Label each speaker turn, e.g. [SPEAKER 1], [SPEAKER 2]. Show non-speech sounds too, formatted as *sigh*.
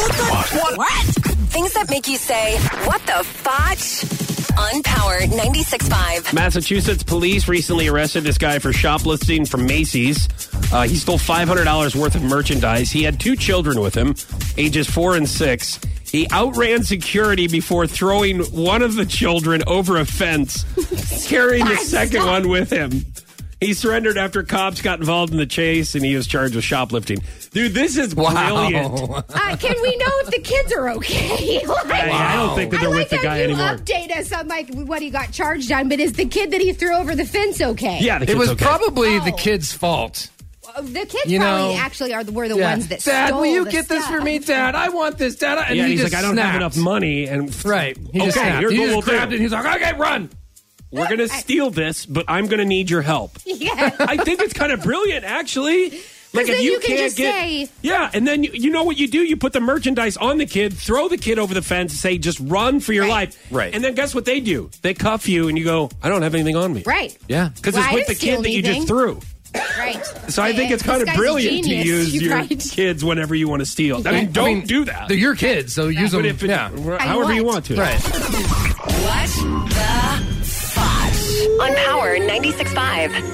[SPEAKER 1] What?
[SPEAKER 2] Things that make you say, what the fotch? On Power 96.5.
[SPEAKER 1] Massachusetts police recently arrested this guy for shoplifting from Macy's. Uh, he stole $500 worth of merchandise. He had two children with him, ages four and six. He outran security before throwing one of the children over a
[SPEAKER 3] *laughs*
[SPEAKER 1] fence, carrying the second one with him. He surrendered after cops got involved in the chase and he was charged with shoplifting. Dude, this is brilliant.
[SPEAKER 4] *laughs*
[SPEAKER 3] Uh, can we know if the kids are okay? *laughs* like,
[SPEAKER 1] I don't think that they're
[SPEAKER 3] I like
[SPEAKER 1] with the
[SPEAKER 3] how
[SPEAKER 1] guy
[SPEAKER 3] you
[SPEAKER 1] anymore.
[SPEAKER 3] update us on like what he got charged on, but is the kid that he threw over the fence okay?
[SPEAKER 1] Yeah, the
[SPEAKER 4] It
[SPEAKER 1] kid's
[SPEAKER 4] was
[SPEAKER 1] okay.
[SPEAKER 4] probably the
[SPEAKER 3] Oh.
[SPEAKER 4] kid's fault.
[SPEAKER 3] Uh, the kids
[SPEAKER 4] You
[SPEAKER 3] probably
[SPEAKER 4] know,
[SPEAKER 3] actually are the, were the
[SPEAKER 4] Yeah.
[SPEAKER 3] ones that
[SPEAKER 4] Dad,
[SPEAKER 3] stole
[SPEAKER 4] will you
[SPEAKER 3] the
[SPEAKER 4] get this for
[SPEAKER 3] stuff. *laughs*
[SPEAKER 4] me, Dad? I want this, Dad. And
[SPEAKER 1] Yeah,
[SPEAKER 4] he
[SPEAKER 1] he's
[SPEAKER 4] just
[SPEAKER 1] like, I don't have
[SPEAKER 4] snapped.
[SPEAKER 1] enough money, and
[SPEAKER 4] Right. He just
[SPEAKER 1] okay,
[SPEAKER 4] snapped.
[SPEAKER 1] here's
[SPEAKER 4] he
[SPEAKER 1] what
[SPEAKER 4] just
[SPEAKER 1] we'll
[SPEAKER 4] grabbed
[SPEAKER 1] do.
[SPEAKER 4] it. He's like, okay, run.
[SPEAKER 1] We're gonna steal this, but I'm gonna need your help.
[SPEAKER 3] Yeah.
[SPEAKER 1] *laughs* I think it's kind of brilliant, actually. Like
[SPEAKER 3] then
[SPEAKER 1] if you,
[SPEAKER 3] you can
[SPEAKER 1] can't
[SPEAKER 3] just
[SPEAKER 1] get,
[SPEAKER 3] say-
[SPEAKER 1] yeah, and then you, you know what you do? You put the merchandise on the kid, throw the kid over the fence, and say, "Just run for your
[SPEAKER 3] Right.
[SPEAKER 1] life."
[SPEAKER 4] Right.
[SPEAKER 1] And then guess what they do? They cuff you, and you go, "I don't have anything on me."
[SPEAKER 3] Right.
[SPEAKER 4] Yeah.
[SPEAKER 1] Because
[SPEAKER 3] Well,
[SPEAKER 1] it's
[SPEAKER 3] I
[SPEAKER 1] with the
[SPEAKER 3] didn't
[SPEAKER 1] kid
[SPEAKER 3] steal
[SPEAKER 1] that you just
[SPEAKER 3] anything.
[SPEAKER 1] threw.
[SPEAKER 3] Right.
[SPEAKER 1] So I think it's kind of brilliant to
[SPEAKER 3] *laughs*
[SPEAKER 1] use your kids whenever you want to steal. I mean,
[SPEAKER 3] Right.
[SPEAKER 1] don't
[SPEAKER 4] I mean,
[SPEAKER 1] do that.
[SPEAKER 4] They're your kids, so use them.
[SPEAKER 1] But if it,
[SPEAKER 4] yeah.
[SPEAKER 1] however you
[SPEAKER 3] what?
[SPEAKER 1] want to.
[SPEAKER 4] Right.
[SPEAKER 2] What the fotch? On Power 96.5.